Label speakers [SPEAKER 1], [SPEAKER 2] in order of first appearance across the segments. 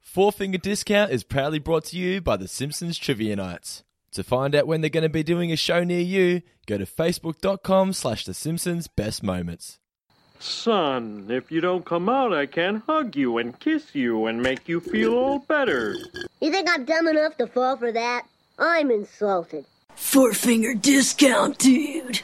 [SPEAKER 1] Four Finger Discount is proudly brought to you by the Simpsons Trivia Nights. To find out when they're going to be doing a show near you, go to facebook.com slash the Simpsons Best Moments.
[SPEAKER 2] Son, if you don't come out, I can hug you and kiss you and make you feel all better.
[SPEAKER 3] You think I'm dumb enough to fall for that? I'm insulted.
[SPEAKER 4] Four finger discount, dude.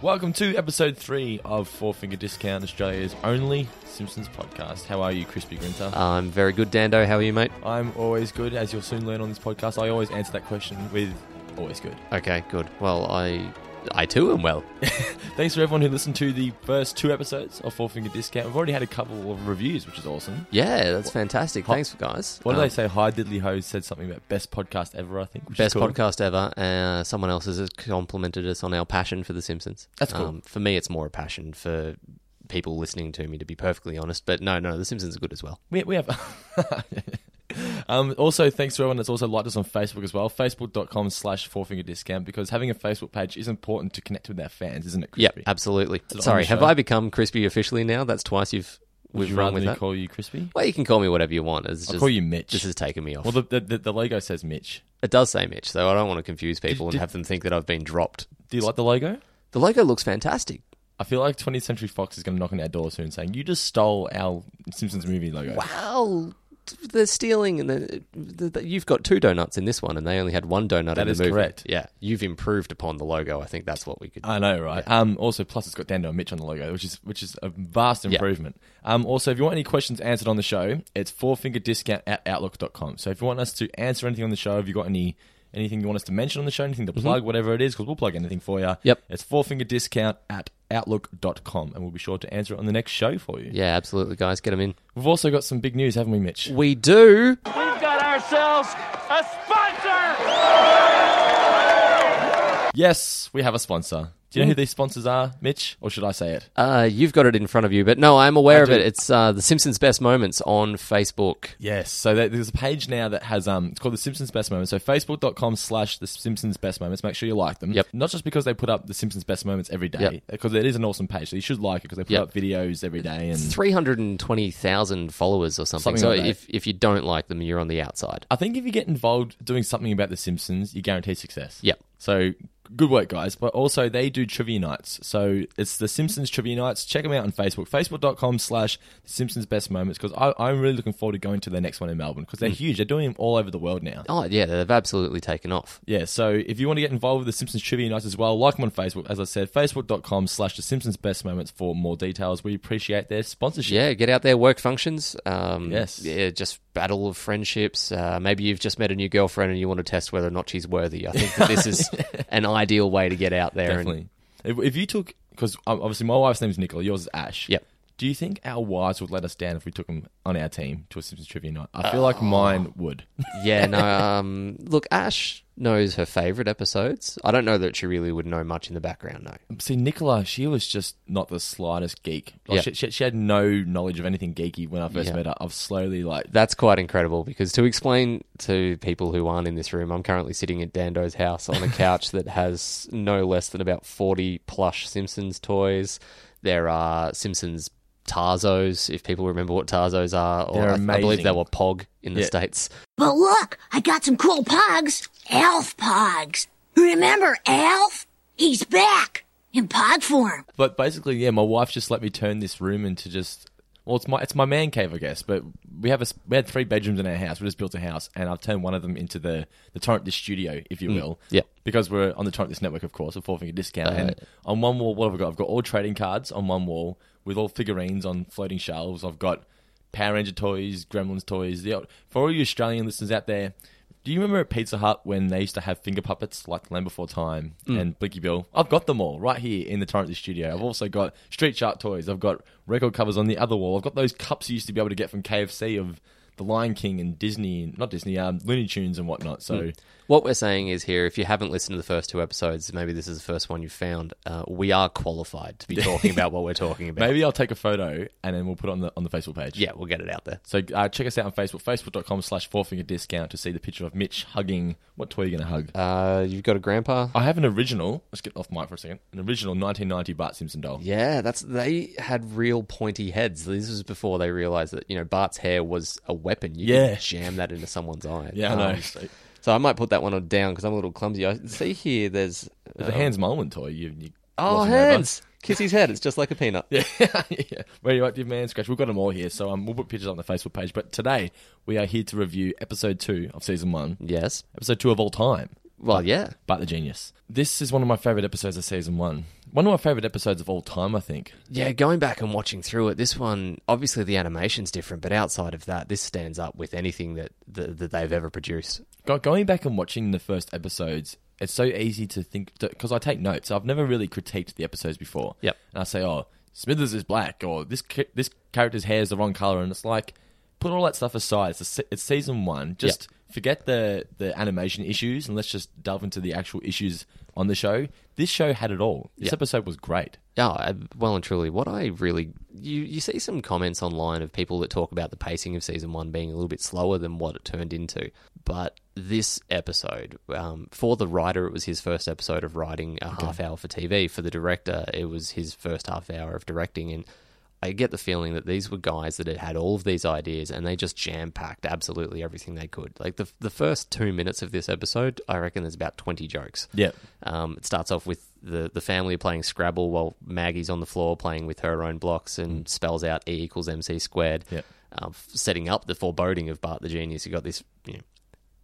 [SPEAKER 1] Welcome to episode three of Four Finger Discount, Australia's only Simpsons podcast. How are you, Crispy Grinter?
[SPEAKER 5] I'm very good, Dando. How are you, mate?
[SPEAKER 1] I'm always good, as you'll soon learn on this podcast. I always answer that question with always good.
[SPEAKER 5] Okay, good. Well, I I too am well.
[SPEAKER 1] Thanks for everyone who listened to the first two episodes of Four Finger Discount. We've already had a couple of reviews, which is awesome.
[SPEAKER 5] Yeah, that's fantastic. Thanks, guys.
[SPEAKER 1] What do
[SPEAKER 5] Um,
[SPEAKER 1] they say? Hi Diddley Ho said something about best podcast ever, I think. Which is
[SPEAKER 5] Best
[SPEAKER 1] cool.
[SPEAKER 5] podcast ever. Uh, someone else has complimented us on our passion for The Simpsons. Um,
[SPEAKER 1] That's cool.
[SPEAKER 5] for me, it's more a passion for people listening to me, to be perfectly honest. But no, no, The Simpsons are good as well.
[SPEAKER 1] We, we have. um, also, thanks to everyone that's also liked us on Facebook as well. Facebook.com slash Four Finger Discount because having a Facebook page is important to connect with our fans, isn't it,
[SPEAKER 5] Yeah,
[SPEAKER 1] Crispy?
[SPEAKER 5] absolutely.
[SPEAKER 1] it on
[SPEAKER 5] Sorry,
[SPEAKER 1] the
[SPEAKER 5] have
[SPEAKER 1] show?
[SPEAKER 5] I become crispy officially now? That's twice you've
[SPEAKER 1] Would
[SPEAKER 5] we've
[SPEAKER 1] you
[SPEAKER 5] run
[SPEAKER 1] rather
[SPEAKER 5] with
[SPEAKER 1] me
[SPEAKER 5] that.
[SPEAKER 1] call you Crispy?
[SPEAKER 5] well, you can call me whatever you want. It's
[SPEAKER 1] I'll
[SPEAKER 5] just-
[SPEAKER 1] call you Mitch.
[SPEAKER 5] This has taken me off.
[SPEAKER 1] Well, the, the, the, the logo says Mitch.
[SPEAKER 5] it does say Mitch, though. I don't want to confuse people
[SPEAKER 1] did-
[SPEAKER 5] and have them think that I've been dropped.
[SPEAKER 1] Do you like the logo?
[SPEAKER 5] The logo looks fantastic.
[SPEAKER 1] I feel like 20th Century Fox is going to knock on our door soon saying, You just stole our Simpsons movie logo.
[SPEAKER 5] Wow. They're stealing, and the, the, the, you've got two donuts in this one, and they only had one donut
[SPEAKER 1] That
[SPEAKER 5] in the
[SPEAKER 1] is
[SPEAKER 5] movie.
[SPEAKER 1] correct.
[SPEAKER 5] Yeah, you've improved upon the logo. I think that's what we could.
[SPEAKER 1] I know, right? Um, also, plus it's got Dando and Mitch on the logo, which is which is a vast improvement. Um, also, if you want any questions answered on the show, it's fourfingerdiscount at outlook.com. So if you want us to answer anything on the show, if you've got any anything you want us to mention on the show, anything to plug, whatever it is, because we'll plug anything for you.
[SPEAKER 5] Mm-hmm. Yep.
[SPEAKER 1] It's fourfingerdiscount at outlook.com, and we'll be sure to answer it on the next show for you.
[SPEAKER 5] yeah, absolutely, guys, get them in.
[SPEAKER 1] We've also got some big news, haven't we, Mitch?
[SPEAKER 5] We do.
[SPEAKER 2] We've got ourselves a sponsor!
[SPEAKER 1] Yes, we have a sponsor. Do
[SPEAKER 5] Mm-hmm.
[SPEAKER 1] you know who these sponsors are, Mitch? Or should I say it?
[SPEAKER 5] Uh, you've got it in front of you, but no, I'm aware
[SPEAKER 1] I
[SPEAKER 5] of
[SPEAKER 1] do.
[SPEAKER 5] it. It's uh, the Simpsons Best Moments on Facebook.
[SPEAKER 1] Yes. So there- there's a page now that has um, it's called the Simpsons Best Moments. So facebook.com slash the Simpsons Best Moments. Make sure you like them.
[SPEAKER 5] Yep.
[SPEAKER 1] Not just because they put up the Simpsons Best Moments every day,
[SPEAKER 5] Yep.
[SPEAKER 1] because it is an awesome page. So you should like it because they put
[SPEAKER 5] Yep.
[SPEAKER 1] up videos every day and.
[SPEAKER 5] Three hundred and twenty thousand followers or something.
[SPEAKER 1] Something
[SPEAKER 5] so
[SPEAKER 1] like that.
[SPEAKER 5] if if you don't like them, you're on the outside.
[SPEAKER 1] I think if you get involved doing something about The Simpsons, you guarantee success.
[SPEAKER 5] Yep.
[SPEAKER 1] So good work, guys. But also, they do trivia nights. So it's The Simpsons Trivia Nights. Check them out on Facebook, facebook.com slash The Simpsons Best Moments, because I'm really looking forward to going to their next one in Melbourne, because they're
[SPEAKER 5] Mm.
[SPEAKER 1] huge. They're doing them all over the world now.
[SPEAKER 5] Oh yeah, they've absolutely taken off.
[SPEAKER 1] Yeah, so if you want to get involved with the Simpsons Trivia Nights as well, like them on Facebook, as I said, facebook.com slash the Simpsons Best Moments for more details. We appreciate their sponsorship.
[SPEAKER 5] Yeah, get out there, work functions. Um,
[SPEAKER 1] Yes.
[SPEAKER 5] Yeah, just battle of friendships. Uh, maybe you've just met a new girlfriend and you want to test whether or not she's worthy. I think that this is an ideal way to get out there.
[SPEAKER 1] definitely. If, if you took, because obviously my wife's name is Nicola, yours is Ash.
[SPEAKER 5] Yep.
[SPEAKER 1] Do you think our wives would let us down if we took them on our team to a Simpsons Trivia Night? I feel like
[SPEAKER 5] Oh.
[SPEAKER 1] mine would.
[SPEAKER 5] And, yeah, no. Um, look, Ash knows her favorite episodes. I don't know that she really would know much in the background, no.
[SPEAKER 1] See, Nicola, she was just not the slightest geek. Like,
[SPEAKER 5] Yeah.
[SPEAKER 1] she, she, she had no knowledge of anything geeky when I first
[SPEAKER 5] Yeah.
[SPEAKER 1] met her. I've slowly, like,
[SPEAKER 5] That's quite incredible because to explain to people who aren't in this room, I'm currently sitting at Dando's house on a couch that has no less than about 40 plush Simpsons toys. There are Simpsons Tarzos, if people remember what Tarzos are, or
[SPEAKER 1] They're
[SPEAKER 5] I, I believe
[SPEAKER 1] amazing.
[SPEAKER 5] they were Pog in the
[SPEAKER 1] Yeah.
[SPEAKER 5] States.
[SPEAKER 4] But look, I got some cool pogs. Elf pogs. Remember Elf? He's back in pog form.
[SPEAKER 1] But basically, yeah, my wife just let me turn this room into just well, it's my it's my man cave, I guess. But we have a s- we had three bedrooms in our house. We just built a house, and I've turned one of them into the the torrent this studio, if you will.
[SPEAKER 5] yeah.
[SPEAKER 1] Because we're on the torrent this network, of course, a four finger discount. and on one wall, what have I got? I've got all trading cards on one wall with all figurines on floating shelves. I've got Power Ranger toys, Gremlins toys. The, old- for all you Australian listeners out there. Do you remember at Pizza Hut when they used to have finger puppets like Land Before Time and Blinky Bill? I've got them all right here in the Torrent of the Studio. I've also got Street Shark toys. I've got record covers on the other wall. I've got those cups you used to be able to get from KFC of The Lion King and Disney, not Disney, um, Looney Tunes and whatnot. So
[SPEAKER 5] What we're saying is here, if you haven't listened to the first two episodes, maybe this is the first one you found. Uh, we are qualified to be talking about what we're talking about.
[SPEAKER 1] maybe I'll take a photo and then we'll put it on the on the Facebook page.
[SPEAKER 5] Yeah, we'll get it out there.
[SPEAKER 1] So uh, check us out on Facebook, facebook.com slash fourfinger discount to see the picture of Mitch hugging. What toy are you going to hug?
[SPEAKER 5] Uh, you've got a grandpa.
[SPEAKER 1] I have an original, let's get off mic for a second, an original 1990 Bart Simpson doll.
[SPEAKER 5] Yeah, that's they had real pointy heads. This was before they realized that you know Bart's hair was a weapon. You
[SPEAKER 1] Yeah.
[SPEAKER 5] could jam that into someone's eye.
[SPEAKER 1] Yeah, I know.
[SPEAKER 5] Um, So I might put that one on down because I'm a little clumsy. I see here there's uh,
[SPEAKER 1] the Hans Mullen toy. You, you
[SPEAKER 5] oh
[SPEAKER 1] wasn't there, bud.
[SPEAKER 5] hands. Kiss his head. It's just like a peanut.
[SPEAKER 1] yeah, radioactive man scratch. We've got them all here, so um, we'll put pictures on the Facebook page. But today we are here to review episode two of season one,
[SPEAKER 5] Yes.
[SPEAKER 1] episode two of all time,
[SPEAKER 5] Well, yeah.
[SPEAKER 1] Bart the Genius. This is one of my favorite episodes of season one. One of my favorite episodes of all time, I think.
[SPEAKER 5] Yeah, going back and watching through it, this one obviously the animation's different, but outside of that, this stands up with anything that that, that they've ever produced.
[SPEAKER 1] Go- Going back and watching the first episodes, it's so easy to think because I take notes. I've never really critiqued the episodes before.
[SPEAKER 5] Yep.
[SPEAKER 1] and I say, "Oh, Smithers is black," or "This ca- this character's hair is the wrong color," and it's like, put all that stuff aside. It's a, se- it's season one. Just forget the the animation issues and let's just delve into the actual issues on the show. This show had it all. This
[SPEAKER 5] Yep.
[SPEAKER 1] episode was great.
[SPEAKER 5] Yeah, I- well and truly, what I really you you see some comments online of people that talk about the pacing of season one being a little bit slower than what it turned into, but this episode, um, for the writer, it was his first episode of writing a half hour for TV. For the director, it was his first half hour of directing, and I get the feeling that these were guys that had had all of these ideas and they just jam packed absolutely everything they could. Like the the first two minutes of this episode, I reckon there's about twenty jokes.
[SPEAKER 1] Yeah.
[SPEAKER 5] Um, it starts off with the, the family playing Scrabble while Maggie's on the floor playing with her own blocks
[SPEAKER 1] Mm.
[SPEAKER 5] and spells out E equals MC squared,
[SPEAKER 1] Yep.
[SPEAKER 5] um, f- setting up the foreboding of Bart the Genius. You got this you know,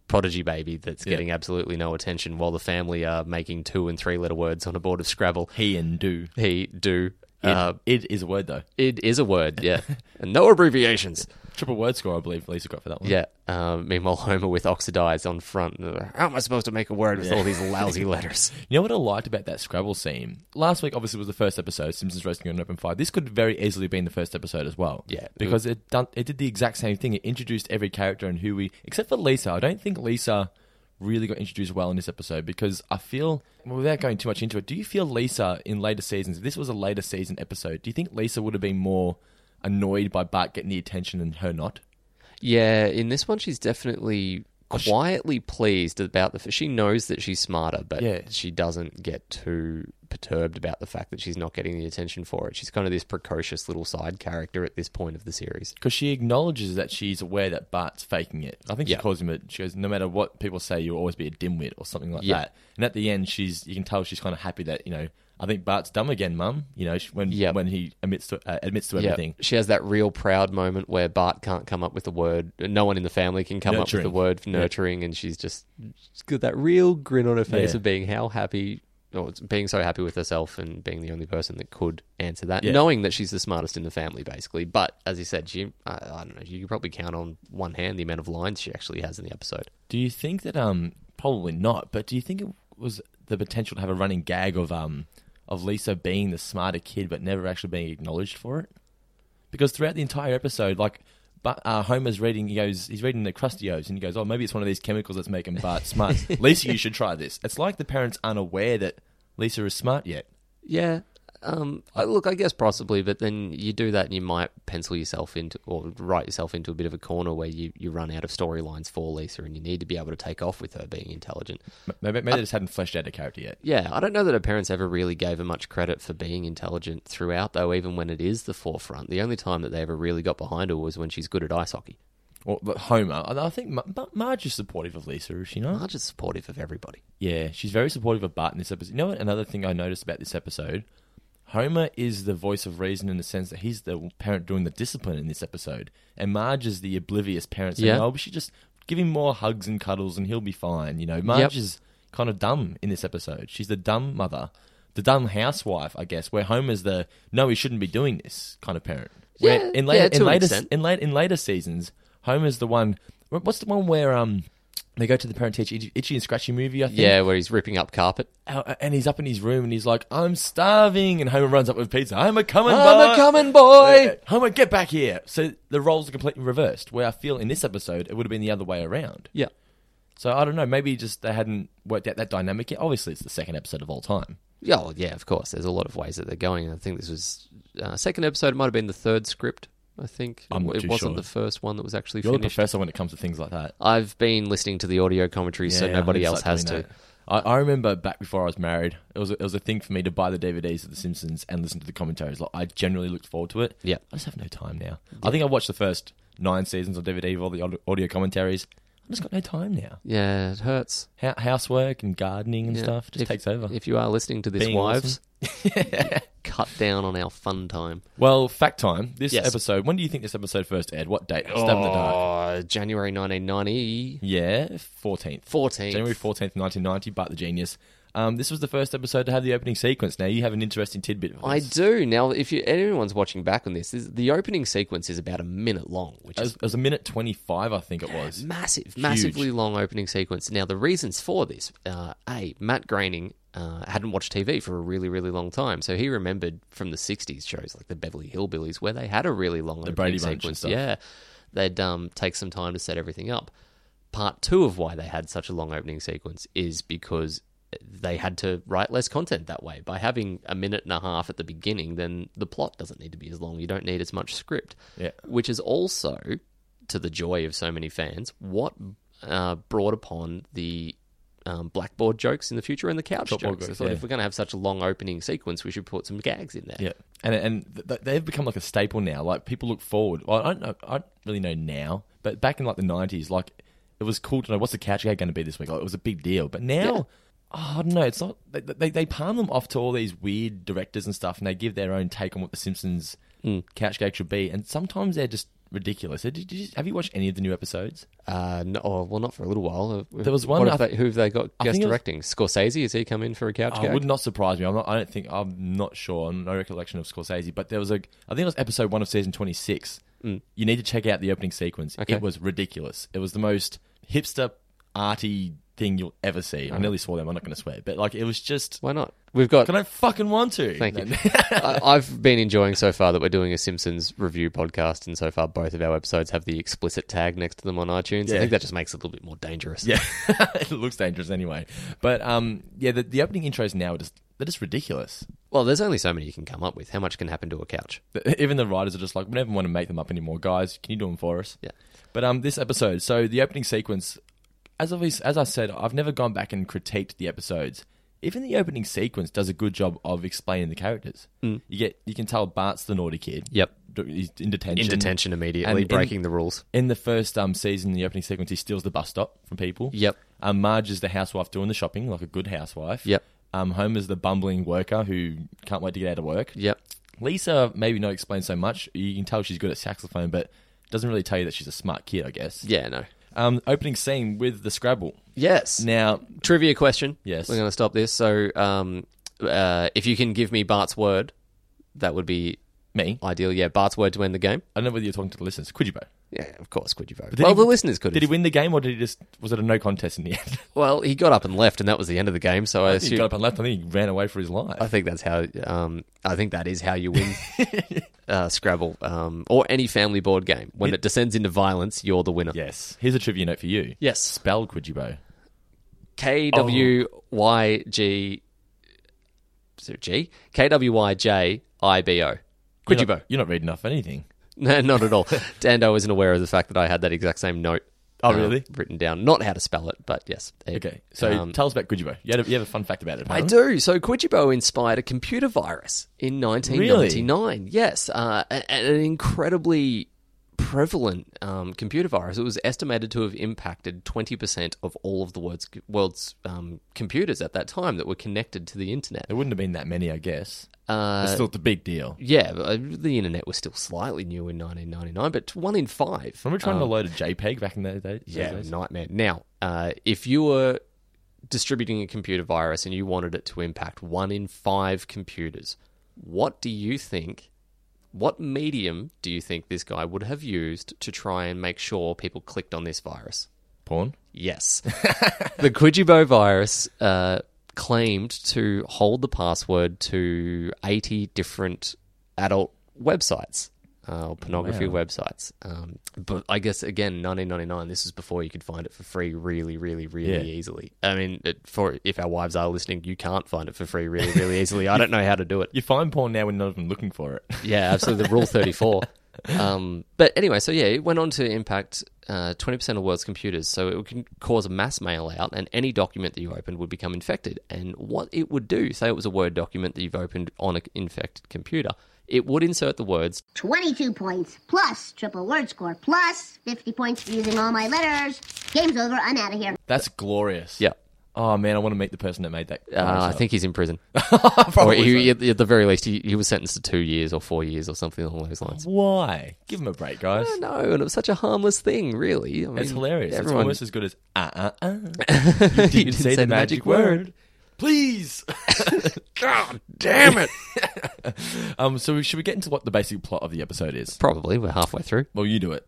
[SPEAKER 5] prodigy baby that's
[SPEAKER 1] Yeah.
[SPEAKER 5] getting absolutely no attention while the family are making two and three letter words on a board of Scrabble.
[SPEAKER 1] He and do.
[SPEAKER 5] He, do,
[SPEAKER 1] It,
[SPEAKER 5] uh,
[SPEAKER 1] it is a word though.
[SPEAKER 5] it is a word, yeah. and no abbreviations.
[SPEAKER 1] Triple word score, I believe Lisa got for that one.
[SPEAKER 5] Yeah. Um, meanwhile, Homer with oxidized on front. How am I supposed to make a word with all these lousy letters?
[SPEAKER 1] You know what I liked about that Scrabble scene? Last week, obviously, was the first episode, Simpsons Roasting on an Open Fire. This could very easily have been the first episode as well.
[SPEAKER 5] Yeah.
[SPEAKER 1] Because it done, it did the exact same thing. It introduced every character and who we... Except for Lisa. I don't think Lisa really got introduced well in this episode because I feel, well, without going too much into it, do you feel Lisa in later seasons, if this was a later season episode, do you think Lisa would have been more annoyed by Bart getting the attention and her not?
[SPEAKER 5] Yeah, in this one, she's definitely quietly pleased about the. f- She knows that she's smarter, but
[SPEAKER 1] Yeah.
[SPEAKER 5] she doesn't get too perturbed about the fact that she's not getting the attention for it. She's kind of this precocious little side character at this point of the series.
[SPEAKER 1] Because she acknowledges that she's aware that Bart's faking it. I think she
[SPEAKER 5] Yeah.
[SPEAKER 1] calls him a. She goes, no matter what people say, you'll always be a dimwit or something like
[SPEAKER 5] Yeah.
[SPEAKER 1] that. And at the end, she's you can tell she's kind of happy that you know I think Bart's dumb again, Mum. You know she, when
[SPEAKER 5] Yeah.
[SPEAKER 1] when he admits to uh, admits to
[SPEAKER 5] Yeah,
[SPEAKER 1] everything.
[SPEAKER 5] she has that real proud moment where Bart can't come up with a word. No one in the family can come up
[SPEAKER 1] Nurturing.
[SPEAKER 5] with the word for nurturing, and she's just she's got that real grin on her face
[SPEAKER 1] Yeah.
[SPEAKER 5] of being how happy, or being so happy with herself and being the only person that could answer that,
[SPEAKER 1] Yeah.
[SPEAKER 5] knowing that she's the smartest in the family, basically. But as you said, she, I, I don't know, you could probably count on one hand the amount of lines she actually has in the episode.
[SPEAKER 1] Do you think that um probably not, but do you think it was the potential to have a running gag of um of Lisa being the smarter kid but never actually being acknowledged for it? Because throughout the entire episode, like but uh, Homer's reading, he goes, he's reading the Crustios, and he goes, "Oh, maybe it's one of these chemicals that's making Bart smart." Lisa, you should try this. It's like the parents aren't aware that Lisa is smart yet.
[SPEAKER 5] Yeah. Um, I, look, I guess possibly, but then you do that and you might pencil yourself into or write yourself into a bit of a corner where you, you run out of storylines for Lisa and you need to be able to take off with her being intelligent.
[SPEAKER 1] M- Maybe, maybe they just hadn't fleshed out her character yet.
[SPEAKER 5] Yeah, I don't know that her parents ever really gave her much credit for being intelligent throughout, though, even when it is the forefront. The only time that they ever really got behind her was when she's good at ice hockey.
[SPEAKER 1] Or but Homer, I I think Ma- Ma- Marge is supportive of Lisa, is she not?
[SPEAKER 5] Marge is supportive of everybody.
[SPEAKER 1] Yeah, she's very supportive of Bart in this episode. You know what? Another thing I noticed about this episode, Homer is the voice of reason in the sense that he's the parent doing the discipline in this episode, and Marge is the oblivious parent saying,
[SPEAKER 5] Yeah.
[SPEAKER 1] "Oh, we should just give him more hugs and cuddles, and he'll be fine." You know, Marge
[SPEAKER 5] Yep.
[SPEAKER 1] is kind of dumb in this episode. She's the dumb mother, the dumb housewife, I guess. Where Homer's the no, he shouldn't be doing this kind of parent. Where
[SPEAKER 5] Yeah,
[SPEAKER 1] in later,
[SPEAKER 5] yeah, to
[SPEAKER 1] in
[SPEAKER 5] an
[SPEAKER 1] later,
[SPEAKER 5] extent.
[SPEAKER 1] in later, in later seasons, Homer's the one. What's the one where um They go to the parent teacher Itchy- itchy and scratchy movie, I think.
[SPEAKER 5] Yeah, where he's ripping up carpet.
[SPEAKER 1] Uh, And he's up in his room and he's like, "I'm starving," and Homer runs up with pizza. I'm a coming,
[SPEAKER 5] I'm
[SPEAKER 1] boy."
[SPEAKER 5] a coming boy.
[SPEAKER 1] Uh, Homer, get back here. So the roles are completely reversed. Where I feel in this episode, it would have been the other way around.
[SPEAKER 5] Yeah.
[SPEAKER 1] So I don't know. Maybe just they hadn't worked out that dynamic yet. Obviously, it's the second episode of all time.
[SPEAKER 5] Yeah, well, yeah, of course. There's a lot of ways that they're going. and I think this was uh, second episode. It might have been the third script. I think
[SPEAKER 1] I'm
[SPEAKER 5] it,
[SPEAKER 1] not
[SPEAKER 5] it
[SPEAKER 1] too
[SPEAKER 5] wasn't
[SPEAKER 1] sure.
[SPEAKER 5] the first one that was actually
[SPEAKER 1] You're the
[SPEAKER 5] finished.
[SPEAKER 1] professor when it comes to things like that.
[SPEAKER 5] I've been listening to the audio commentary, so
[SPEAKER 1] Yeah,
[SPEAKER 5] nobody
[SPEAKER 1] it's
[SPEAKER 5] else
[SPEAKER 1] like
[SPEAKER 5] has
[SPEAKER 1] doing
[SPEAKER 5] to.
[SPEAKER 1] that. I, I remember back before I was married, it was a, it was a thing for me to buy the DVDs of The Simpsons and listen to the commentaries. Like I generally looked forward to it.
[SPEAKER 5] Yeah.
[SPEAKER 1] I just have no time now. I think I watched the first nine seasons on DVD of all the aud- audio commentaries. I just got no time now.
[SPEAKER 5] Yeah, it hurts.
[SPEAKER 1] Hou- housework and gardening and
[SPEAKER 5] Yeah.
[SPEAKER 1] stuff it just
[SPEAKER 5] If-
[SPEAKER 1] takes over.
[SPEAKER 5] If you are listening to this,
[SPEAKER 1] Being
[SPEAKER 5] wives, cut down on our fun time.
[SPEAKER 1] Well, fact time. This
[SPEAKER 5] Yes.
[SPEAKER 1] episode. When do you think this episode first aired? What date? Stab in the dark.
[SPEAKER 5] Oh, January 1990.
[SPEAKER 1] Yeah, fourteenth.
[SPEAKER 5] 14th.
[SPEAKER 1] January 14th, 1990, Bart the Genius. Um, this was the first episode to have the opening sequence. Now, you have an interesting tidbit. of
[SPEAKER 5] I
[SPEAKER 1] this.
[SPEAKER 5] do. Now, if you anyone's watching back on this, is, the opening sequence is about a minute long, which
[SPEAKER 1] It
[SPEAKER 5] is
[SPEAKER 1] was, it was a minute 25, I think it was.
[SPEAKER 5] massive, massively long opening sequence. Now, the reasons for this uh, A, Matt Groening uh, hadn't watched TV for a really, really long time. So he remembered from the 60s shows like the Beverly Hillbillies where they had a really long opening
[SPEAKER 1] Brady Bunch and
[SPEAKER 5] sequence.
[SPEAKER 1] stuff.
[SPEAKER 5] Yeah. They'd um, take some time to set everything up. Part two of why they had such a long opening sequence is because they had to write less content that way. By having a minute and a half at the beginning, then the plot doesn't need to be as long. You don't need as much script
[SPEAKER 1] Yeah.
[SPEAKER 5] which is also to the joy of so many fans what uh, brought upon the um, blackboard jokes in the future and the couch
[SPEAKER 1] Chalkboard
[SPEAKER 5] jokes. I
[SPEAKER 1] jokes,
[SPEAKER 5] thought
[SPEAKER 1] yeah.
[SPEAKER 5] if we're going to have such a long opening sequence, we should put some gags in there.
[SPEAKER 1] Yeah. And and th- th- they've become like a staple now. Like, people look forward. Well, I don't know. I don't really know now, but back in like the 90s, like, it was cool to know what's the couch gag going to be this week. Like, it was a big deal. But now,
[SPEAKER 5] Yeah.
[SPEAKER 1] oh, I don't know. It's not. They, they, they palm them off to all these weird directors and stuff, and they give their own take on what The Simpsons couch gag should be. And sometimes they're just ridiculous. Did, did you, have you watched any of the new episodes?
[SPEAKER 5] Uh, no, oh, well, not for a little while. Uh,
[SPEAKER 1] There was one-
[SPEAKER 5] What
[SPEAKER 1] I
[SPEAKER 5] have
[SPEAKER 1] th-
[SPEAKER 5] they, who have they got
[SPEAKER 1] I
[SPEAKER 5] guest
[SPEAKER 1] think it was-
[SPEAKER 5] directing? Scorsese has he come in for a couch
[SPEAKER 1] Oh,
[SPEAKER 5] gag?
[SPEAKER 1] It would not surprise me. I'm not, I don't think I'm not sure. I'm no recollection of Scorsese, but there was a. I think it was episode one of season 26. You need to check out the opening sequence.
[SPEAKER 5] Mm. Okay.
[SPEAKER 1] It was ridiculous. It was the most hipster arty thing you'll ever see. I
[SPEAKER 5] Uh-huh.
[SPEAKER 1] nearly swore them. I'm not going to swear, but like it was just.
[SPEAKER 5] Why not? We've got.
[SPEAKER 1] I don't fucking want to.
[SPEAKER 5] Thank you. I, I've been enjoying so far that we're doing a Simpsons review podcast, and so far both of our episodes have the explicit tag next to them on iTunes. I
[SPEAKER 1] Yeah.
[SPEAKER 5] think that just makes it a little bit more dangerous.
[SPEAKER 1] Yeah, it looks dangerous anyway. But um, yeah, the, the opening intros now are just they're just ridiculous.
[SPEAKER 5] Well, there's only so many you can come up with. How much can happen to a couch?
[SPEAKER 1] Even the writers are just like, we never want to make them up anymore, guys. Can you do them for us?
[SPEAKER 5] Yeah.
[SPEAKER 1] But um, this episode, so the opening sequence, as I, as I said, I've never gone back and critiqued the episodes. Even the opening sequence does a good job of explaining the characters. You get, you can tell Bart's the naughty kid.
[SPEAKER 5] Mm. Yep.
[SPEAKER 1] D- He's in detention.
[SPEAKER 5] In detention immediately,
[SPEAKER 1] And in-
[SPEAKER 5] breaking the rules.
[SPEAKER 1] In the first um season, the opening sequence, he steals the bus stop from people.
[SPEAKER 5] Yep.
[SPEAKER 1] Um, Marge is the housewife doing the shopping, like a good housewife.
[SPEAKER 5] Yep.
[SPEAKER 1] Um, Homer's the bumbling worker who can't wait to get out of work.
[SPEAKER 5] Yep.
[SPEAKER 1] Lisa maybe not explain so much. You can tell she's good at saxophone, but doesn't really tell you that she's a smart kid, I guess.
[SPEAKER 5] Yeah, no.
[SPEAKER 1] Um, opening scene with the Scrabble.
[SPEAKER 5] Yes.
[SPEAKER 1] Now,
[SPEAKER 5] Trivia question.
[SPEAKER 1] Yes.
[SPEAKER 5] We're going to stop this. So, um, uh, if you can give me Bart's word, that would be
[SPEAKER 1] me, I
[SPEAKER 5] ideal. Yeah, Bart's word to end the game.
[SPEAKER 1] don't know whether you're talking to the listeners. Could you, bro?
[SPEAKER 5] Yeah, of course. Could you vote? Well,
[SPEAKER 1] he-
[SPEAKER 5] the listeners could.
[SPEAKER 1] Did he
[SPEAKER 5] have.
[SPEAKER 1] win the game or did he just, was it a no contest in the end?
[SPEAKER 5] Well, he got up and left, and that was the end of the game. So I
[SPEAKER 1] he
[SPEAKER 5] assume.
[SPEAKER 1] got up and left. I think he ran away for his life.
[SPEAKER 5] I think that's how. Um, I think that is how you win uh, Scrabble um, or any family board game. When it descends into violence, you're the winner.
[SPEAKER 1] yes. Here's a trivia note for you.
[SPEAKER 5] Yes.
[SPEAKER 1] Spell Quijibo.
[SPEAKER 5] K W Y G. Is it G? K W Y J I B O.
[SPEAKER 1] You're
[SPEAKER 5] Quijibo.
[SPEAKER 1] not, you're not reading off anything.
[SPEAKER 5] No, not at all. Dando isn't aware of the fact that I had that exact same note. um,
[SPEAKER 1] Oh, really?
[SPEAKER 5] Written down. Not how to spell it, but yes. There you go.
[SPEAKER 1] Okay. So
[SPEAKER 5] Um,
[SPEAKER 1] tell us about Quijibo. You, had a- you have a fun fact about it.
[SPEAKER 5] I
[SPEAKER 1] apparently.
[SPEAKER 5] do. So Quijibo inspired a computer virus in 1999. Yes, uh, a- an incredibly prevalent um, computer virus. It was estimated to have impacted 20% of all of the world's, world's um, computers at that time that were connected to the internet.
[SPEAKER 1] There wouldn't have been that many, I guess.
[SPEAKER 5] Uh,
[SPEAKER 1] But still, it's a big deal.
[SPEAKER 5] yeah, but, uh, the internet was still slightly new in 1999, but one in five.
[SPEAKER 1] Remember trying to load a JPEG back in those days?
[SPEAKER 5] um, Yeah,
[SPEAKER 1] Those days?
[SPEAKER 5] nightmare. Now, uh, if you were distributing a computer virus and you wanted it to impact one in five computers, what do you think? What medium do you think this guy would have used to try and make sure people clicked on this virus?
[SPEAKER 1] porn.
[SPEAKER 5] Yes. the Quijibo virus uh, claimed to hold the password to 80 different adult websites. Uh, or pornography websites, um, but I guess again, 1999. This was before you could find it for free, really, really, really
[SPEAKER 1] Yeah.
[SPEAKER 5] easily. I mean, it, for if our wives are listening, you can't find it for free, really, really easily. I don't know how to do it.
[SPEAKER 1] You find porn now when you're not even looking for it.
[SPEAKER 5] Yeah, absolutely. The rule 34. Um, but anyway, so yeah, it went on to impact uh, 20% of the world's computers. So it can cause a mass mail out, and any document that you opened would become infected. And what it would do, say it was a Word document that you've opened on an infected computer, it would insert the words
[SPEAKER 3] 22 points, plus triple word score, plus 50 points for using all my letters. Game's over, I'm out of here.
[SPEAKER 1] That's glorious.
[SPEAKER 5] Yeah.
[SPEAKER 1] Oh man, I want to meet the person that made that.
[SPEAKER 5] Uh, I think he's in prison. or
[SPEAKER 1] Probably
[SPEAKER 5] he,
[SPEAKER 1] so.
[SPEAKER 5] at, the- at the very least, he, he was sentenced to two years or four years or something along those lines.
[SPEAKER 1] Why? Give him a break, guys.
[SPEAKER 5] I don't know, and it was such a harmless thing, really. I mean,
[SPEAKER 1] It's hilarious. It's
[SPEAKER 5] Everyone,
[SPEAKER 1] almost as good as uh uh uh.
[SPEAKER 5] you
[SPEAKER 1] Did you say the magic word? Please.
[SPEAKER 5] God damn it!
[SPEAKER 1] Um. So should we get into what the basic plot of the episode is?
[SPEAKER 5] Probably we're halfway through.
[SPEAKER 1] Well, you do it.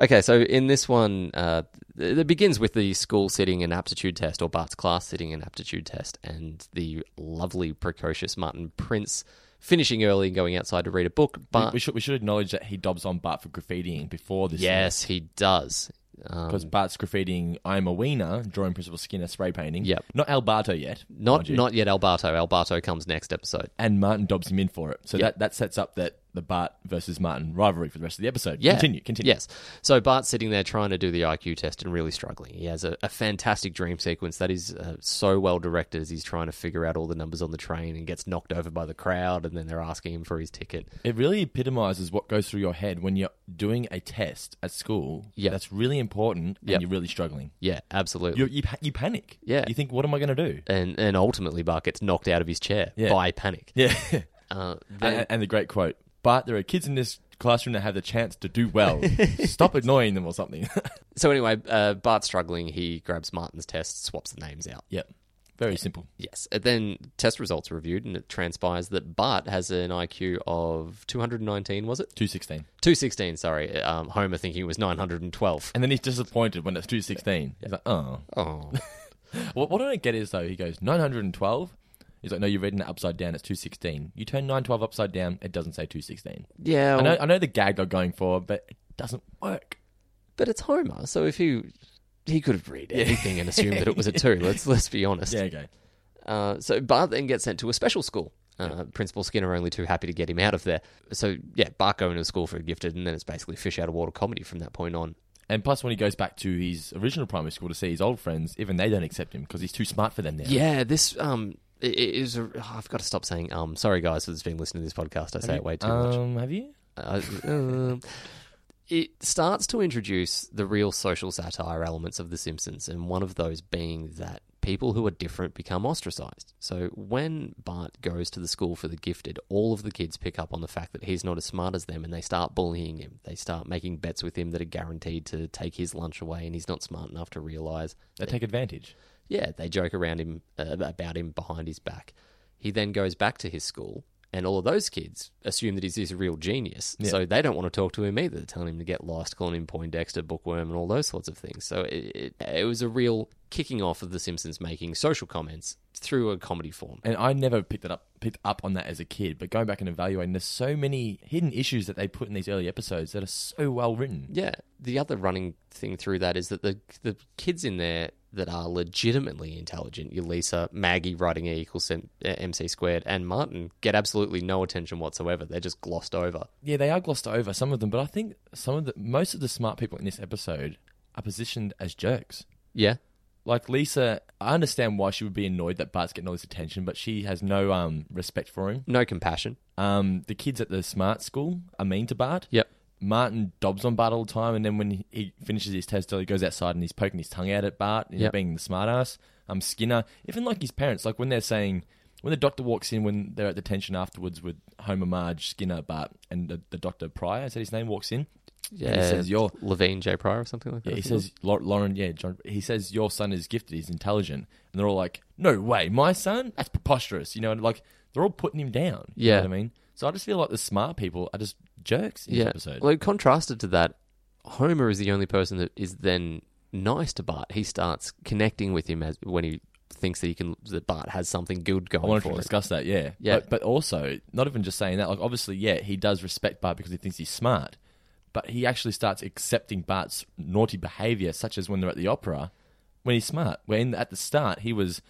[SPEAKER 5] Okay, so in this one, uh, th- it begins with the school sitting an aptitude test, or Bart's class sitting an aptitude test, and the lovely, precocious Martin Prince finishing early and going outside to read a book. But
[SPEAKER 1] we should we should acknowledge that he dobs on Bart for graffitiing before this.
[SPEAKER 5] yes, he does. Um,
[SPEAKER 1] Because Bart's graffitiing "I'm a wiener" drawing Principal Skinner spray painting.
[SPEAKER 5] Yep.
[SPEAKER 1] Not Alberto yet.
[SPEAKER 5] not
[SPEAKER 1] mind you.
[SPEAKER 5] not yet Alberto. Alberto comes next episode.
[SPEAKER 1] And Martin dobs him in for it. So that, that sets up that the Bart versus Martin rivalry for the rest of the episode.
[SPEAKER 5] Yeah.
[SPEAKER 1] Continue. Continue.
[SPEAKER 5] Yes. So Bart's sitting there trying to do the IQ test and really struggling. He has a, a fantastic dream sequence that is uh, so well directed as he's trying to figure out all the numbers on the train and gets knocked over by the crowd, and then they're asking him for his ticket.
[SPEAKER 1] It really epitomizes what goes through your head when you're doing a test at school.
[SPEAKER 5] Yeah.
[SPEAKER 1] That's really important and
[SPEAKER 5] Yep.
[SPEAKER 1] you're really struggling.
[SPEAKER 5] Yeah, absolutely.
[SPEAKER 1] You, you, pa- you panic.
[SPEAKER 5] Yeah.
[SPEAKER 1] You think, what am I going to do?
[SPEAKER 5] and and ultimately, Bart gets knocked out of his chair
[SPEAKER 1] Yeah.
[SPEAKER 5] by panic.
[SPEAKER 1] Yeah.
[SPEAKER 5] Uh, then-
[SPEAKER 1] and, and the great quote Bart, there are kids in this classroom that have the chance to do well. Stop annoying them or something.
[SPEAKER 5] so anyway, uh, Bart's struggling. He grabs Martin's test, swaps the names out.
[SPEAKER 1] yep. Very simple.
[SPEAKER 5] Yes, and then test results are reviewed, and it transpires that Bart has an IQ of 219. Was it
[SPEAKER 1] 216.
[SPEAKER 5] 216? Sorry, um, Homer thinking it was 912.
[SPEAKER 1] And then he's disappointed when it's 216. He's like, oh.
[SPEAKER 5] Oh,
[SPEAKER 1] What, what I don't get is though, he goes 912. He's like, no, you're reading it upside down. It's 216. You turn 912 upside down, it doesn't say 216.
[SPEAKER 5] yeah.
[SPEAKER 1] I know, I know the gag they're going for, but it doesn't work.
[SPEAKER 5] but it's Homer, so if you. He could have read anything and assumed that it was a two. Let's let's be honest.
[SPEAKER 1] Yeah, okay.
[SPEAKER 5] Uh, so Bart then gets sent to a special school. Uh, Principal Skinner only too happy to get him out of there. So yeah, Bart going to a school for gifted, and then it's basically fish out of water comedy from that point on.
[SPEAKER 1] And plus, when he goes back to his original primary school to see his old friends, even they don't accept him because he's too smart for them now.
[SPEAKER 5] Yeah, this um i- i- is a, oh, I've got to stop saying um. Sorry guys, that's been listening to this podcast. I say it way too much.
[SPEAKER 1] Um, have you?
[SPEAKER 5] Uh, um, it starts to introduce the real social satire elements of The Simpsons, and one of those being that people who are different become ostracized. So when Bart goes to the school for the gifted, all of the kids pick up on the fact that he's not as smart as them, and they start bullying him. They start making bets with him that are guaranteed to take his lunch away, and he's not smart enough to realize
[SPEAKER 1] They take advantage.
[SPEAKER 5] yeah, they joke around him uh, about him behind his back. He then goes back to his school, and all of those kids assume that he's this real genius. So they don't want to talk to him either, telling him to get lost, calling him Poindexter, Bookworm, and all those sorts of things. So it, it, it was a real kicking off of The Simpsons making social comments through a comedy form.
[SPEAKER 1] And I never picked it up picked up on that as a kid. But going back and evaluating, there's so many hidden issues that they put in these early episodes that are so well written.
[SPEAKER 5] Yeah. The other running thing through that is that the the kids in there that are legitimately intelligent, Ulisa, Maggie writing A equals M- uh, MC squared, and Martin get absolutely no attention whatsoever. They're just glossed over.
[SPEAKER 1] Yeah, they are glossed over some of them, but I think some of the most of the smart people in this episode are positioned as jerks.
[SPEAKER 5] Yeah.
[SPEAKER 1] like Lisa, I understand why she would be annoyed that Bart's getting all this attention, but she has no um, respect for him.
[SPEAKER 5] No compassion.
[SPEAKER 1] Um, the kids at the smart school are mean to Bart.
[SPEAKER 5] Yep.
[SPEAKER 1] Martin dobs on Bart all the time, and then when he finishes his test, he goes outside and he's poking his tongue out at Bart, you know,
[SPEAKER 5] Yep.
[SPEAKER 1] being the smartass. Um, Skinner, even like his parents, like when they're saying, when the doctor walks in, when they're at detention afterwards with Homer, Marge, Skinner, Bart, and the, the doctor Pryor, is that his name, walks in.
[SPEAKER 5] Yeah.
[SPEAKER 1] says you're-
[SPEAKER 5] Levine J. Pryor or something like that.
[SPEAKER 1] Yeah,
[SPEAKER 5] I
[SPEAKER 1] he
[SPEAKER 5] think it was.
[SPEAKER 1] says Lau- Lauren. Yeah, John. He says your son is gifted. He's intelligent, and they're all like, "No way, my son? That's preposterous." You know, and like they're all putting him down. You
[SPEAKER 5] Yeah.
[SPEAKER 1] know what I mean. So I just feel like the smart people are just jerks in
[SPEAKER 5] Yeah.
[SPEAKER 1] this episode.
[SPEAKER 5] Well, contrasted to that, Homer is the only person that is then nice to Bart. He starts connecting with him as when he thinks that he can that Bart has something good
[SPEAKER 1] I
[SPEAKER 5] going
[SPEAKER 1] wanted to
[SPEAKER 5] for him.
[SPEAKER 1] discuss that, yeah.
[SPEAKER 5] Yeah.
[SPEAKER 1] But, but also, not even just saying that, like, obviously, yeah, he does respect Bart because he thinks he's smart, but he actually starts accepting Bart's naughty behavior, such as when they're at the opera, when he's smart. When at the start, he was,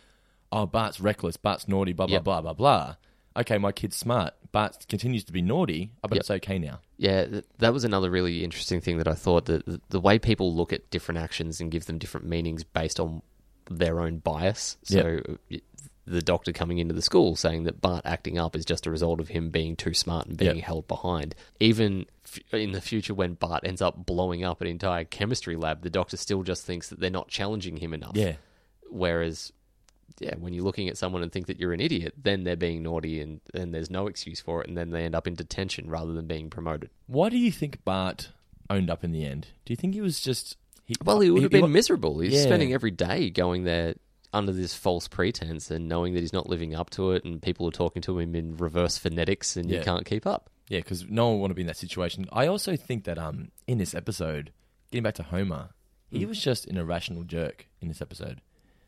[SPEAKER 1] oh, Bart's reckless, Bart's naughty, blah, blah,
[SPEAKER 5] Yep.
[SPEAKER 1] blah, blah, blah. Okay, my kid's smart. Bart continues to be naughty, but it's okay now.
[SPEAKER 5] Yeah, th- that was another really interesting thing that I thought that th- the way people look at different actions and give them different meanings based on their own bias. So y- the doctor coming into the school saying that Bart acting up is just a result of him being too smart and being
[SPEAKER 1] Yep.
[SPEAKER 5] held behind. Even f- in the future when Bart ends up blowing up an entire chemistry lab, the doctor still just thinks that they're not challenging him enough.
[SPEAKER 1] Yeah.
[SPEAKER 5] Whereas, yeah, when you're looking at someone and think that you're an idiot, then they're being naughty and, and there's no excuse for it, and then they end up in detention rather than being promoted.
[SPEAKER 1] Why do you think Bart owned up in the end? Do you think he was just. He,
[SPEAKER 5] Well, he would have been
[SPEAKER 1] wa-
[SPEAKER 5] miserable. He's
[SPEAKER 1] Yeah.
[SPEAKER 5] spending every day going there under this false pretense and knowing that he's not living up to it, and people are talking to him in reverse phonetics, and
[SPEAKER 1] Yeah.
[SPEAKER 5] you can't keep up.
[SPEAKER 1] Yeah, because no one want to be in that situation. I also think that um in this episode, getting back to Homer,
[SPEAKER 5] Mm.
[SPEAKER 1] he was just an irrational jerk in this episode.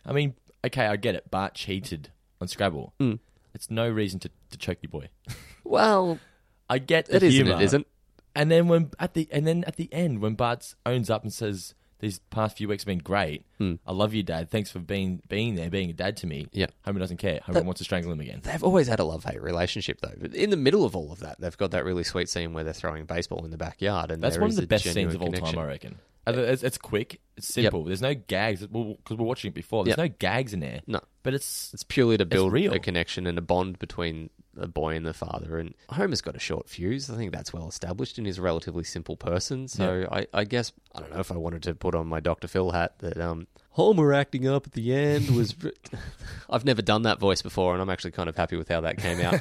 [SPEAKER 1] I mean, okay, I get it. Bart cheated on Scrabble.
[SPEAKER 5] Mm.
[SPEAKER 1] It's no reason to, to choke your boy.
[SPEAKER 5] Well,
[SPEAKER 1] I get the
[SPEAKER 5] it isn't.
[SPEAKER 1] humor,
[SPEAKER 5] It isn't.
[SPEAKER 1] And then when at the and then at the end when Bart owns up and says these past few weeks have been great. I love you, Dad. Thanks for being being there, being a dad to me.
[SPEAKER 5] Mm. Yeah.
[SPEAKER 1] Homer doesn't care. Homer wants to strangle him again.
[SPEAKER 5] They've always had a love hate relationship, though. But in the middle of all of that, they've got that really sweet scene where they're throwing baseball in the backyard, and
[SPEAKER 1] That's
[SPEAKER 5] there
[SPEAKER 1] one
[SPEAKER 5] is
[SPEAKER 1] of the
[SPEAKER 5] a
[SPEAKER 1] best
[SPEAKER 5] genuine
[SPEAKER 1] scenes of all
[SPEAKER 5] connection.
[SPEAKER 1] time, I reckon. And It's, it's quick, it's simple. There's no gags because we're watching it before. There's
[SPEAKER 5] Yep.
[SPEAKER 1] no gags in there.
[SPEAKER 5] No.
[SPEAKER 1] but it's,
[SPEAKER 5] It's purely to build
[SPEAKER 1] real.
[SPEAKER 5] a connection and a bond between the boy and the father. And Homer's got a short fuse. I think that's well established, and he's a relatively simple person. So I, I guess I don't know if I wanted to put on my Doctor Phil hat that um, Homer acting up at the end was. I've never done that voice before, and I'm actually kind of happy with how that came out.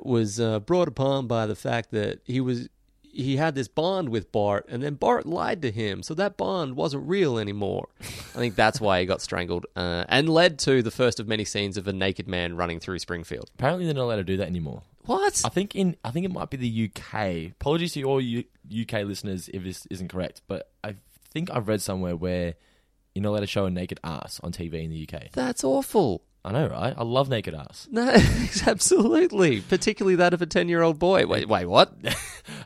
[SPEAKER 5] was uh, brought upon by the fact that he was he had this bond with Bart, and then Bart lied to him, so that bond wasn't real anymore. I think that's why he got strangled, uh, and led to the first of many scenes of a naked man running through Springfield.
[SPEAKER 1] apparently they're not allowed to do that anymore.
[SPEAKER 5] What?
[SPEAKER 1] I think in I think it might be the UK. Apologies to all U, UK listeners if this isn't correct, but I think I've read somewhere where you're not allowed to show a naked ass on TV in the UK.
[SPEAKER 5] That's awful.
[SPEAKER 1] I know, right? I love naked ass.
[SPEAKER 5] No, absolutely. Particularly that of a ten-year-old boy. Wait, wait, what?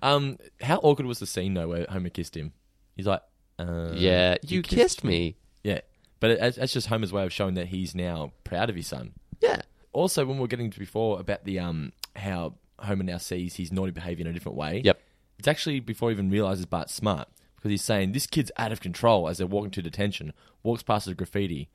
[SPEAKER 1] Um, how awkward was the scene though where Homer kissed him? He's like, uh,
[SPEAKER 5] yeah, you, kissed, me.
[SPEAKER 1] yeah. But it, that's- that's just Homer's way of showing that he's now proud of his son.
[SPEAKER 5] Yeah.
[SPEAKER 1] also when we were getting to before about the um how Homer now sees his naughty behavior in a different way.
[SPEAKER 5] Yep.
[SPEAKER 1] It's actually before he even realizes Bart's smart because he's saying this kid's out of control as they're walking to detention, walks past the graffiti.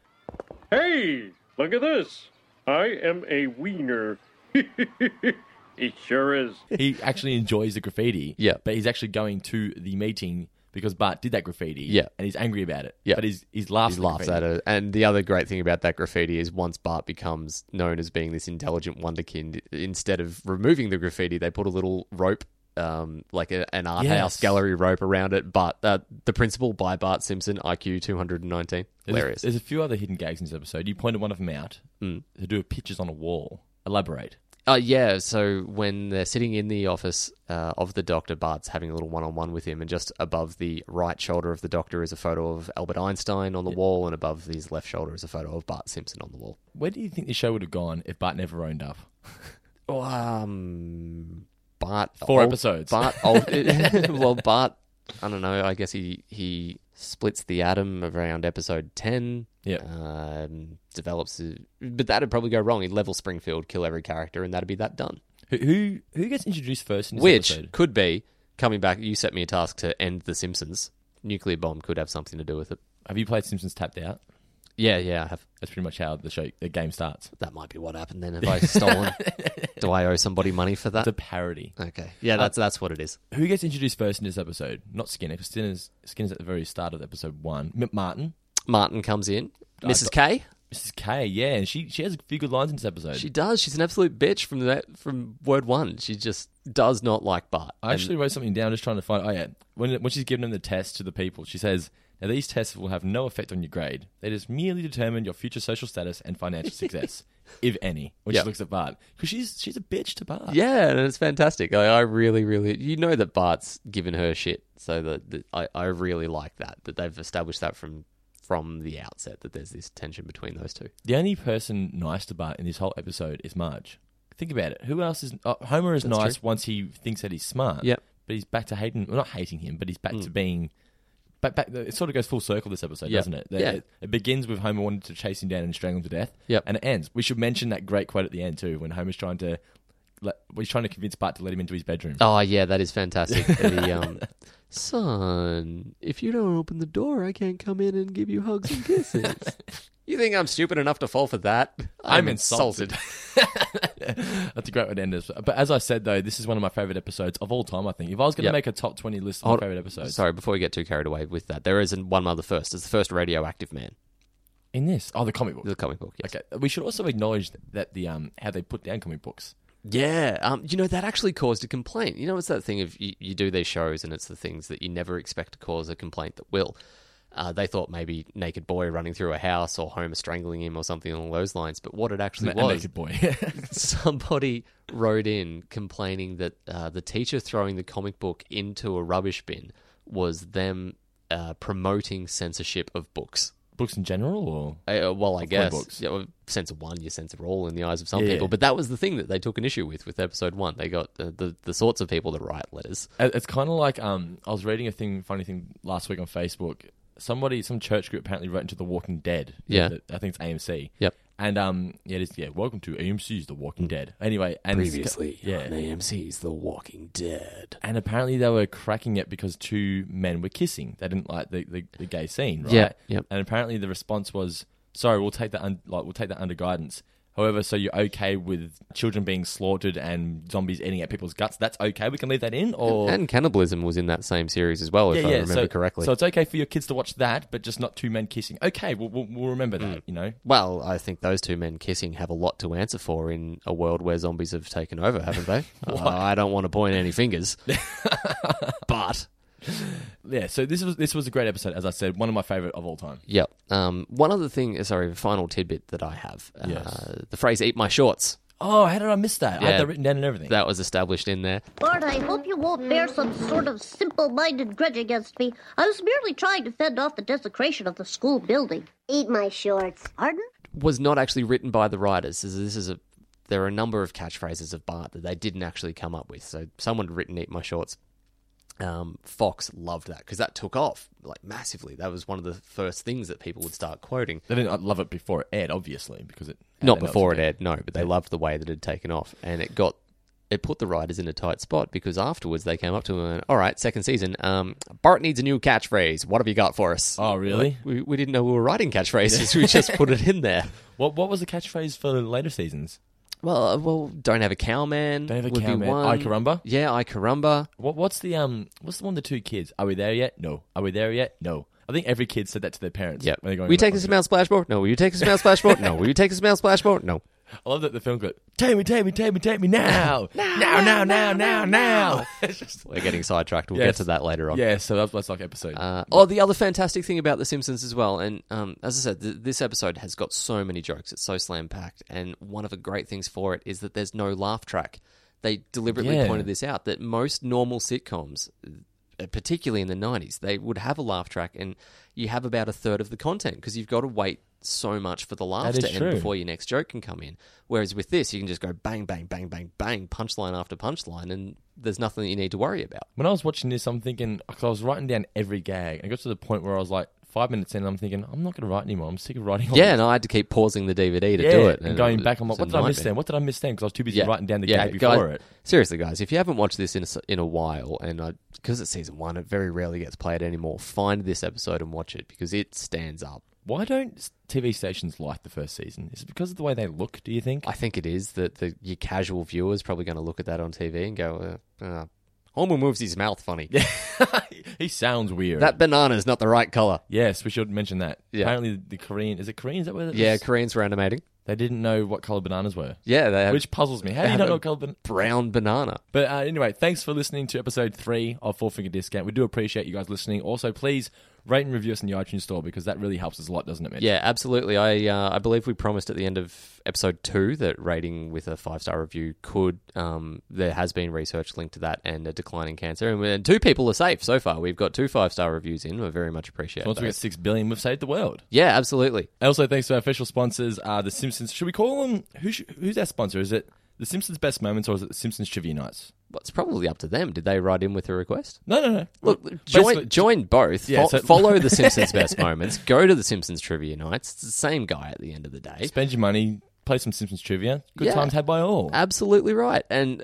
[SPEAKER 2] Hey, look at this. I am a wiener. it sure is.
[SPEAKER 1] He actually enjoys the graffiti.
[SPEAKER 5] Yeah.
[SPEAKER 1] But he's actually going to the meeting because Bart did that graffiti.
[SPEAKER 5] Yeah.
[SPEAKER 1] And he's angry about it.
[SPEAKER 5] Yeah.
[SPEAKER 1] But he's he's laughs.
[SPEAKER 5] He laughs at it. And the other great thing about that graffiti is once Bart becomes known as being this intelligent wonderkind, instead of removing the graffiti, they put a little rope, um, like a, an art
[SPEAKER 1] Yes.
[SPEAKER 5] house gallery rope around it. But uh, the principal by Bart Simpson, IQ 219.
[SPEAKER 1] There's
[SPEAKER 5] Hilarious.
[SPEAKER 1] A, there's a few other hidden gags in this episode. You pointed one of them out. Mm. They do pictures on a wall. Elaborate.
[SPEAKER 5] Uh, yeah, so when they're sitting in the office uh, of the doctor, Bart's having a little one on one with him, and just above the right shoulder of the doctor is a photo of Albert Einstein on the wall, and above his left shoulder is a photo of Bart Simpson on the wall.
[SPEAKER 1] Where do you think the show would have gone if Bart never owned up?
[SPEAKER 5] Um, Bart.
[SPEAKER 1] Four episodes.
[SPEAKER 5] Bart. Old, well, Bart. I don't know. I guess he he splits the atom around episode ten.
[SPEAKER 1] Yep.
[SPEAKER 5] Um, develops, a- but that'd probably go wrong. He'd level Springfield, kill every character, and that'd be that done.
[SPEAKER 1] Who who, who gets introduced first in this
[SPEAKER 5] Which
[SPEAKER 1] episode?
[SPEAKER 5] could be coming back. You set me a task to end the Simpsons. Nuclear bomb could have something to do with it.
[SPEAKER 1] Have you played Simpsons Tapped Out?
[SPEAKER 5] Yeah, yeah. I have.
[SPEAKER 1] That's pretty much how the show the game starts.
[SPEAKER 5] That might be what happened then. Have I stolen? do I owe somebody money for that?
[SPEAKER 1] It's a parody.
[SPEAKER 5] okay. Yeah, that's that's what it is.
[SPEAKER 1] Who gets introduced first in this episode? Not Skinner, because Skinner's, Skinner's at the very start of episode one. M- Martin,
[SPEAKER 5] Martin comes in. Mrs. K.
[SPEAKER 1] Mrs. K, yeah, and she she has a few good lines in this episode.
[SPEAKER 5] She does. She's an absolute bitch from that from word one. She just does not like Bart.
[SPEAKER 1] I actually wrote something down, just trying to find. Oh yeah, when when she's giving them the tests to the people, she says, "Now these tests will have no effect on your grade. They just merely determine your future social status and financial success, if any." When
[SPEAKER 5] Yep.
[SPEAKER 1] she looks at Bart, because she's she's a bitch to Bart.
[SPEAKER 5] yeah, and it's fantastic. I, I really, really, you know that Bart's given her shit, so that that I, I really like that that they've established that from from the outset that there's this tension between those two.
[SPEAKER 1] The only person nice to Bart in this whole episode is Marge. Think about it. Who else is uh, Homer is
[SPEAKER 5] That's
[SPEAKER 1] nice
[SPEAKER 5] true.
[SPEAKER 1] once he thinks that he's smart.
[SPEAKER 5] Yep.
[SPEAKER 1] But he's back to hating. Well, not hating him, but he's back to being. Back, back, it sort of goes full circle this episode,
[SPEAKER 5] Yep.
[SPEAKER 1] doesn't it? That
[SPEAKER 5] Yeah.
[SPEAKER 1] It, it begins with Homer wanting to chase him down and strangle him to death.
[SPEAKER 5] Yep.
[SPEAKER 1] And it ends. We should mention that great quote at the end too, when Homer's trying to, let, well, he's trying to convince Bart to let him into his bedroom.
[SPEAKER 5] Oh yeah, that is fantastic. the, um, son, if you don't open the door, I can't come in and give you hugs and kisses. you think I'm stupid enough to fall for that? I'm,
[SPEAKER 1] insulted. That's a great way to end this. But as I said though, this is one of my favorite episodes of all time. I think if I was going to
[SPEAKER 5] Yep.
[SPEAKER 1] make a top twenty list of
[SPEAKER 5] Hold-
[SPEAKER 1] my favorite episodes,
[SPEAKER 5] Sorry, before we get too carried away with that, there is one other first. It's the first radioactive man,
[SPEAKER 1] in this, oh, the comic book.
[SPEAKER 5] the comic book. Yes.
[SPEAKER 1] Okay, uh, we should also acknowledge that the um how they put down comic books.
[SPEAKER 5] Yeah, um, you know that actually caused a complaint. You know, it's that thing of you, you do these shows, and it's the things that you never expect to cause a complaint that will. Uh, they thought maybe naked boy running through a house or Homer strangling him or something along those lines. But what it actually
[SPEAKER 1] A
[SPEAKER 5] was,
[SPEAKER 1] naked boy.
[SPEAKER 5] somebody wrote in complaining that uh, the teacher throwing the comic book into a rubbish bin was them uh, promoting censorship of books.
[SPEAKER 1] books in general, or
[SPEAKER 5] Uh, well, I
[SPEAKER 1] comic
[SPEAKER 5] guess
[SPEAKER 1] books.
[SPEAKER 5] Yeah, well, censor one, you censor all in the eyes of some
[SPEAKER 1] Yeah.
[SPEAKER 5] people. But that was the thing that they took an issue with with episode one. They got uh, the the sorts of people that write letters.
[SPEAKER 1] It- Uh, it's kind of like um I was reading a thing, funny thing last week on Facebook. Somebody, some church group apparently wrote into The Walking Dead.
[SPEAKER 5] Yeah.
[SPEAKER 1] That- I think it's AMC.
[SPEAKER 5] Yep.
[SPEAKER 1] And um yeah, it is, yeah. Welcome to AMC's The Walking Dead. Anyway, and it's- yeah.
[SPEAKER 5] AMC's The Walking Dead.
[SPEAKER 1] And apparently they were cracking it because two men were kissing. They didn't like the, the, the gay scene, right?
[SPEAKER 5] Yeah, yep.
[SPEAKER 1] And apparently the response was, "Sorry, we'll take that un- like we'll take that under guidance." However, so you're okay with children being slaughtered and zombies eating at people's guts? That's okay. We can leave that in, or
[SPEAKER 5] And cannibalism was in that same series as well, if I remember
[SPEAKER 1] so,
[SPEAKER 5] correctly.
[SPEAKER 1] So it's okay for your kids to watch that, but just not two men kissing. Okay, we'll, we'll, we'll remember
[SPEAKER 5] Mm.
[SPEAKER 1] that. You know,
[SPEAKER 5] Well, I think those two men kissing have a lot to answer for in a world where zombies have taken over, haven't they? Uh, I don't want to point any fingers, but
[SPEAKER 1] yeah. So this was this was a great episode, as I said, one of my favorite of all time.
[SPEAKER 5] yeah. Um, one other thing, sorry, final tidbit that I have: uh,
[SPEAKER 1] Yes.
[SPEAKER 5] the phrase "eat my shorts"
[SPEAKER 1] Oh, how did I miss that? I
[SPEAKER 5] Yeah.
[SPEAKER 1] had that written down and everything.
[SPEAKER 5] that was established in there.
[SPEAKER 3] Lord, I hope you won't bear some sort of simple minded grudge against me. I was merely trying to fend off the desecration of the school building. Eat my shorts. Pardon?
[SPEAKER 5] Was not actually written by the writers. This is, this is a there are a number of catchphrases of Bart that they didn't actually come up with. So someone had written "eat my shorts." Um, Fox loved that because that took off like massively. That was one of the first things that people would start quoting.
[SPEAKER 1] they didn't love it before it aired, obviously, because it
[SPEAKER 5] not
[SPEAKER 1] that was
[SPEAKER 5] before
[SPEAKER 1] a
[SPEAKER 5] it
[SPEAKER 1] bit-
[SPEAKER 5] aired, no, but they loved the way that it had taken off, and it got it put the writers in a tight spot because afterwards they came up to him and all right, second season, um, Bart needs a new catchphrase. What have you got for us?
[SPEAKER 1] Oh, really?
[SPEAKER 5] we, we didn't know we were writing catchphrases. we just put it in there.
[SPEAKER 1] What what was the catchphrase for the later seasons?
[SPEAKER 5] Well, uh, well, don't have a cowman.
[SPEAKER 1] Don't have a
[SPEAKER 5] would be
[SPEAKER 1] cow, man.
[SPEAKER 5] one.
[SPEAKER 1] I carumba.
[SPEAKER 5] Yeah, I carumba.
[SPEAKER 1] What what's the um what's the one with the two kids? Are we there yet? No. Are we there yet? No. I think every kid said that to their parents.
[SPEAKER 5] Yeah.
[SPEAKER 1] When they're
[SPEAKER 5] Will
[SPEAKER 1] going
[SPEAKER 5] you
[SPEAKER 1] on-
[SPEAKER 5] take us to Mount Splashmore? No. Will you take us to Mount Splashmore? No. Will you take us to Mount Splashmore? No.
[SPEAKER 1] I love that the film got take me, take me, take me, take me now, now, now, now, now, now. It's just
[SPEAKER 5] We're getting sidetracked. We'll get
[SPEAKER 1] Yes.
[SPEAKER 5] to that later on.
[SPEAKER 1] yeah. So that's, that's like episode.
[SPEAKER 5] Uh, oh, the other fantastic thing about The Simpsons as well, and um, as I said, th- this episode has got so many jokes. It's so slam packed, and one of the great things for it is that there's no laugh track. They deliberately
[SPEAKER 1] Yeah.
[SPEAKER 5] pointed this out that most normal sitcoms, uh, particularly in the '90s, they would have a laugh track, and you have about a third of the content because you've got to wait so much for the laughs
[SPEAKER 1] is
[SPEAKER 5] to end
[SPEAKER 1] true.
[SPEAKER 5] before your next joke can come in. Whereas with this, you can just go bang, bang, bang, bang, bang, punchline after punchline, and there's nothing that you need to worry about.
[SPEAKER 1] when I was watching this, I'm thinking because I was writing down every gag, and it got to the point where I was like five minutes in, and I'm thinking I'm not going to write anymore. I'm sick of writing. all
[SPEAKER 5] Yeah,
[SPEAKER 1] this.
[SPEAKER 5] and I had to keep pausing the DVD to
[SPEAKER 1] yeah.
[SPEAKER 5] do it.
[SPEAKER 1] and going
[SPEAKER 5] it
[SPEAKER 1] back, I'm
[SPEAKER 5] was
[SPEAKER 1] like, what
[SPEAKER 5] a
[SPEAKER 1] did I miss
[SPEAKER 5] nightmare.
[SPEAKER 1] then? What did I miss then? Because I was too busy
[SPEAKER 5] Yeah.
[SPEAKER 1] writing down the
[SPEAKER 5] Yeah,
[SPEAKER 1] gag before
[SPEAKER 5] guys-
[SPEAKER 1] it.
[SPEAKER 5] Seriously, guys, if you haven't watched this in a, s- in a while, and I because it's season one, it very rarely gets played anymore. Find this episode and watch it because it stands up.
[SPEAKER 1] Why don't s- TV stations like the first season? Is it because of the way they look? Do you think?
[SPEAKER 5] I think it is that the your casual viewer is probably going to look at that on TV and go, uh, uh, "Homer moves his mouth funny.
[SPEAKER 1] he sounds weird.
[SPEAKER 5] that banana is not the right color."
[SPEAKER 1] yes, we should mention that.
[SPEAKER 5] Yeah.
[SPEAKER 1] Apparently, the Korean is it Korean? Is that where? it
[SPEAKER 5] Yeah,
[SPEAKER 1] is?
[SPEAKER 5] Koreans were animating.
[SPEAKER 1] They didn't know what color bananas were,
[SPEAKER 5] Yeah, they have
[SPEAKER 1] which puzzles me. How do you
[SPEAKER 5] have
[SPEAKER 1] not
[SPEAKER 5] a-
[SPEAKER 1] know what color bananas?
[SPEAKER 5] brown banana.
[SPEAKER 1] But uh, anyway, thanks for listening to episode three of Four Finger Discount. We do appreciate you guys listening. Also, please rate and review us in the iTunes store because that really helps us a lot, doesn't it, Mitch?
[SPEAKER 5] Yeah, absolutely. I uh, I believe we promised at the end of episode two that rating with a five star review could. Um, there has been research linked to that and a declining cancer, and, we- and two people are safe so far. We've got two five star reviews in. We very much appreciate.
[SPEAKER 1] Once we
[SPEAKER 5] those.
[SPEAKER 1] get six billion, we've saved the world.
[SPEAKER 5] yeah, absolutely.
[SPEAKER 1] And also, thanks to our official sponsors, uh, The Simpsons. Should we call them? Who sh- who's our sponsor? Is it The Simpsons Best Moments or is it The Simpsons Trivia Nights?
[SPEAKER 5] Well, it's probably up to them. Did they write in with a request?
[SPEAKER 1] No, no, no.
[SPEAKER 5] Look,
[SPEAKER 1] Basically-
[SPEAKER 5] join, join both.
[SPEAKER 1] Yeah,
[SPEAKER 5] Fo-
[SPEAKER 1] so-
[SPEAKER 5] follow the Simpsons best moments. Go to the Simpsons trivia nights. It's the same guy at the end of the day.
[SPEAKER 1] spend your money, play some Simpsons trivia. Good
[SPEAKER 5] Yeah. Uh,
[SPEAKER 1] times had by all.
[SPEAKER 5] Absolutely right. And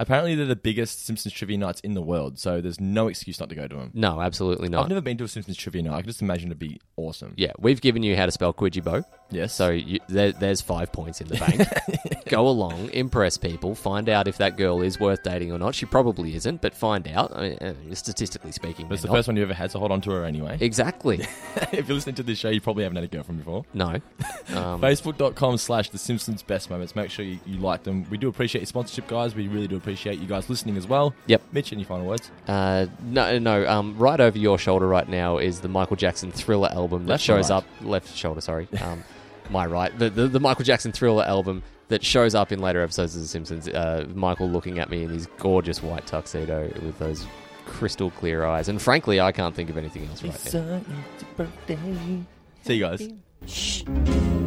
[SPEAKER 1] Apparently, they're the biggest Simpsons trivia nights in the world, so there's no excuse not to go to them.
[SPEAKER 5] no, absolutely
[SPEAKER 1] I've
[SPEAKER 5] not.
[SPEAKER 1] never been to a Simpsons trivia night. I can just imagine it'd be awesome.
[SPEAKER 5] Yeah, we've given you how to spell Quidgibo.
[SPEAKER 1] Yes.
[SPEAKER 5] So you, there, there's five points in the bank. Go along, impress people, find out if that girl is worth dating or not. She probably isn't, but find out. I mean, uh, statistically speaking,
[SPEAKER 1] But it's
[SPEAKER 5] they're
[SPEAKER 1] the
[SPEAKER 5] not.
[SPEAKER 1] first one you ever had, so hold on to her anyway.
[SPEAKER 5] Exactly.
[SPEAKER 1] if you're listening to this show, you probably haven't had a girlfriend before.
[SPEAKER 5] No. Um,
[SPEAKER 1] Facebook.com slash The Simpsons Best Moments. Make sure you, you like them. We do appreciate your sponsorship, guys. We really do appreciate you guys listening as well.
[SPEAKER 5] Yep.
[SPEAKER 1] Mitch, any final words?
[SPEAKER 5] Uh, no, no. Um, right over your shoulder right now is the Michael Jackson Thriller album that
[SPEAKER 1] Left or
[SPEAKER 5] shows
[SPEAKER 1] right?
[SPEAKER 5] up left shoulder. Sorry, um, my right. The, the the Michael Jackson Thriller album that shows up in later episodes of The Simpsons. Uh, Michael looking at me in his gorgeous white tuxedo with those crystal clear eyes, and frankly, I can't think of anything else right now.
[SPEAKER 1] See you guys.
[SPEAKER 4] Happy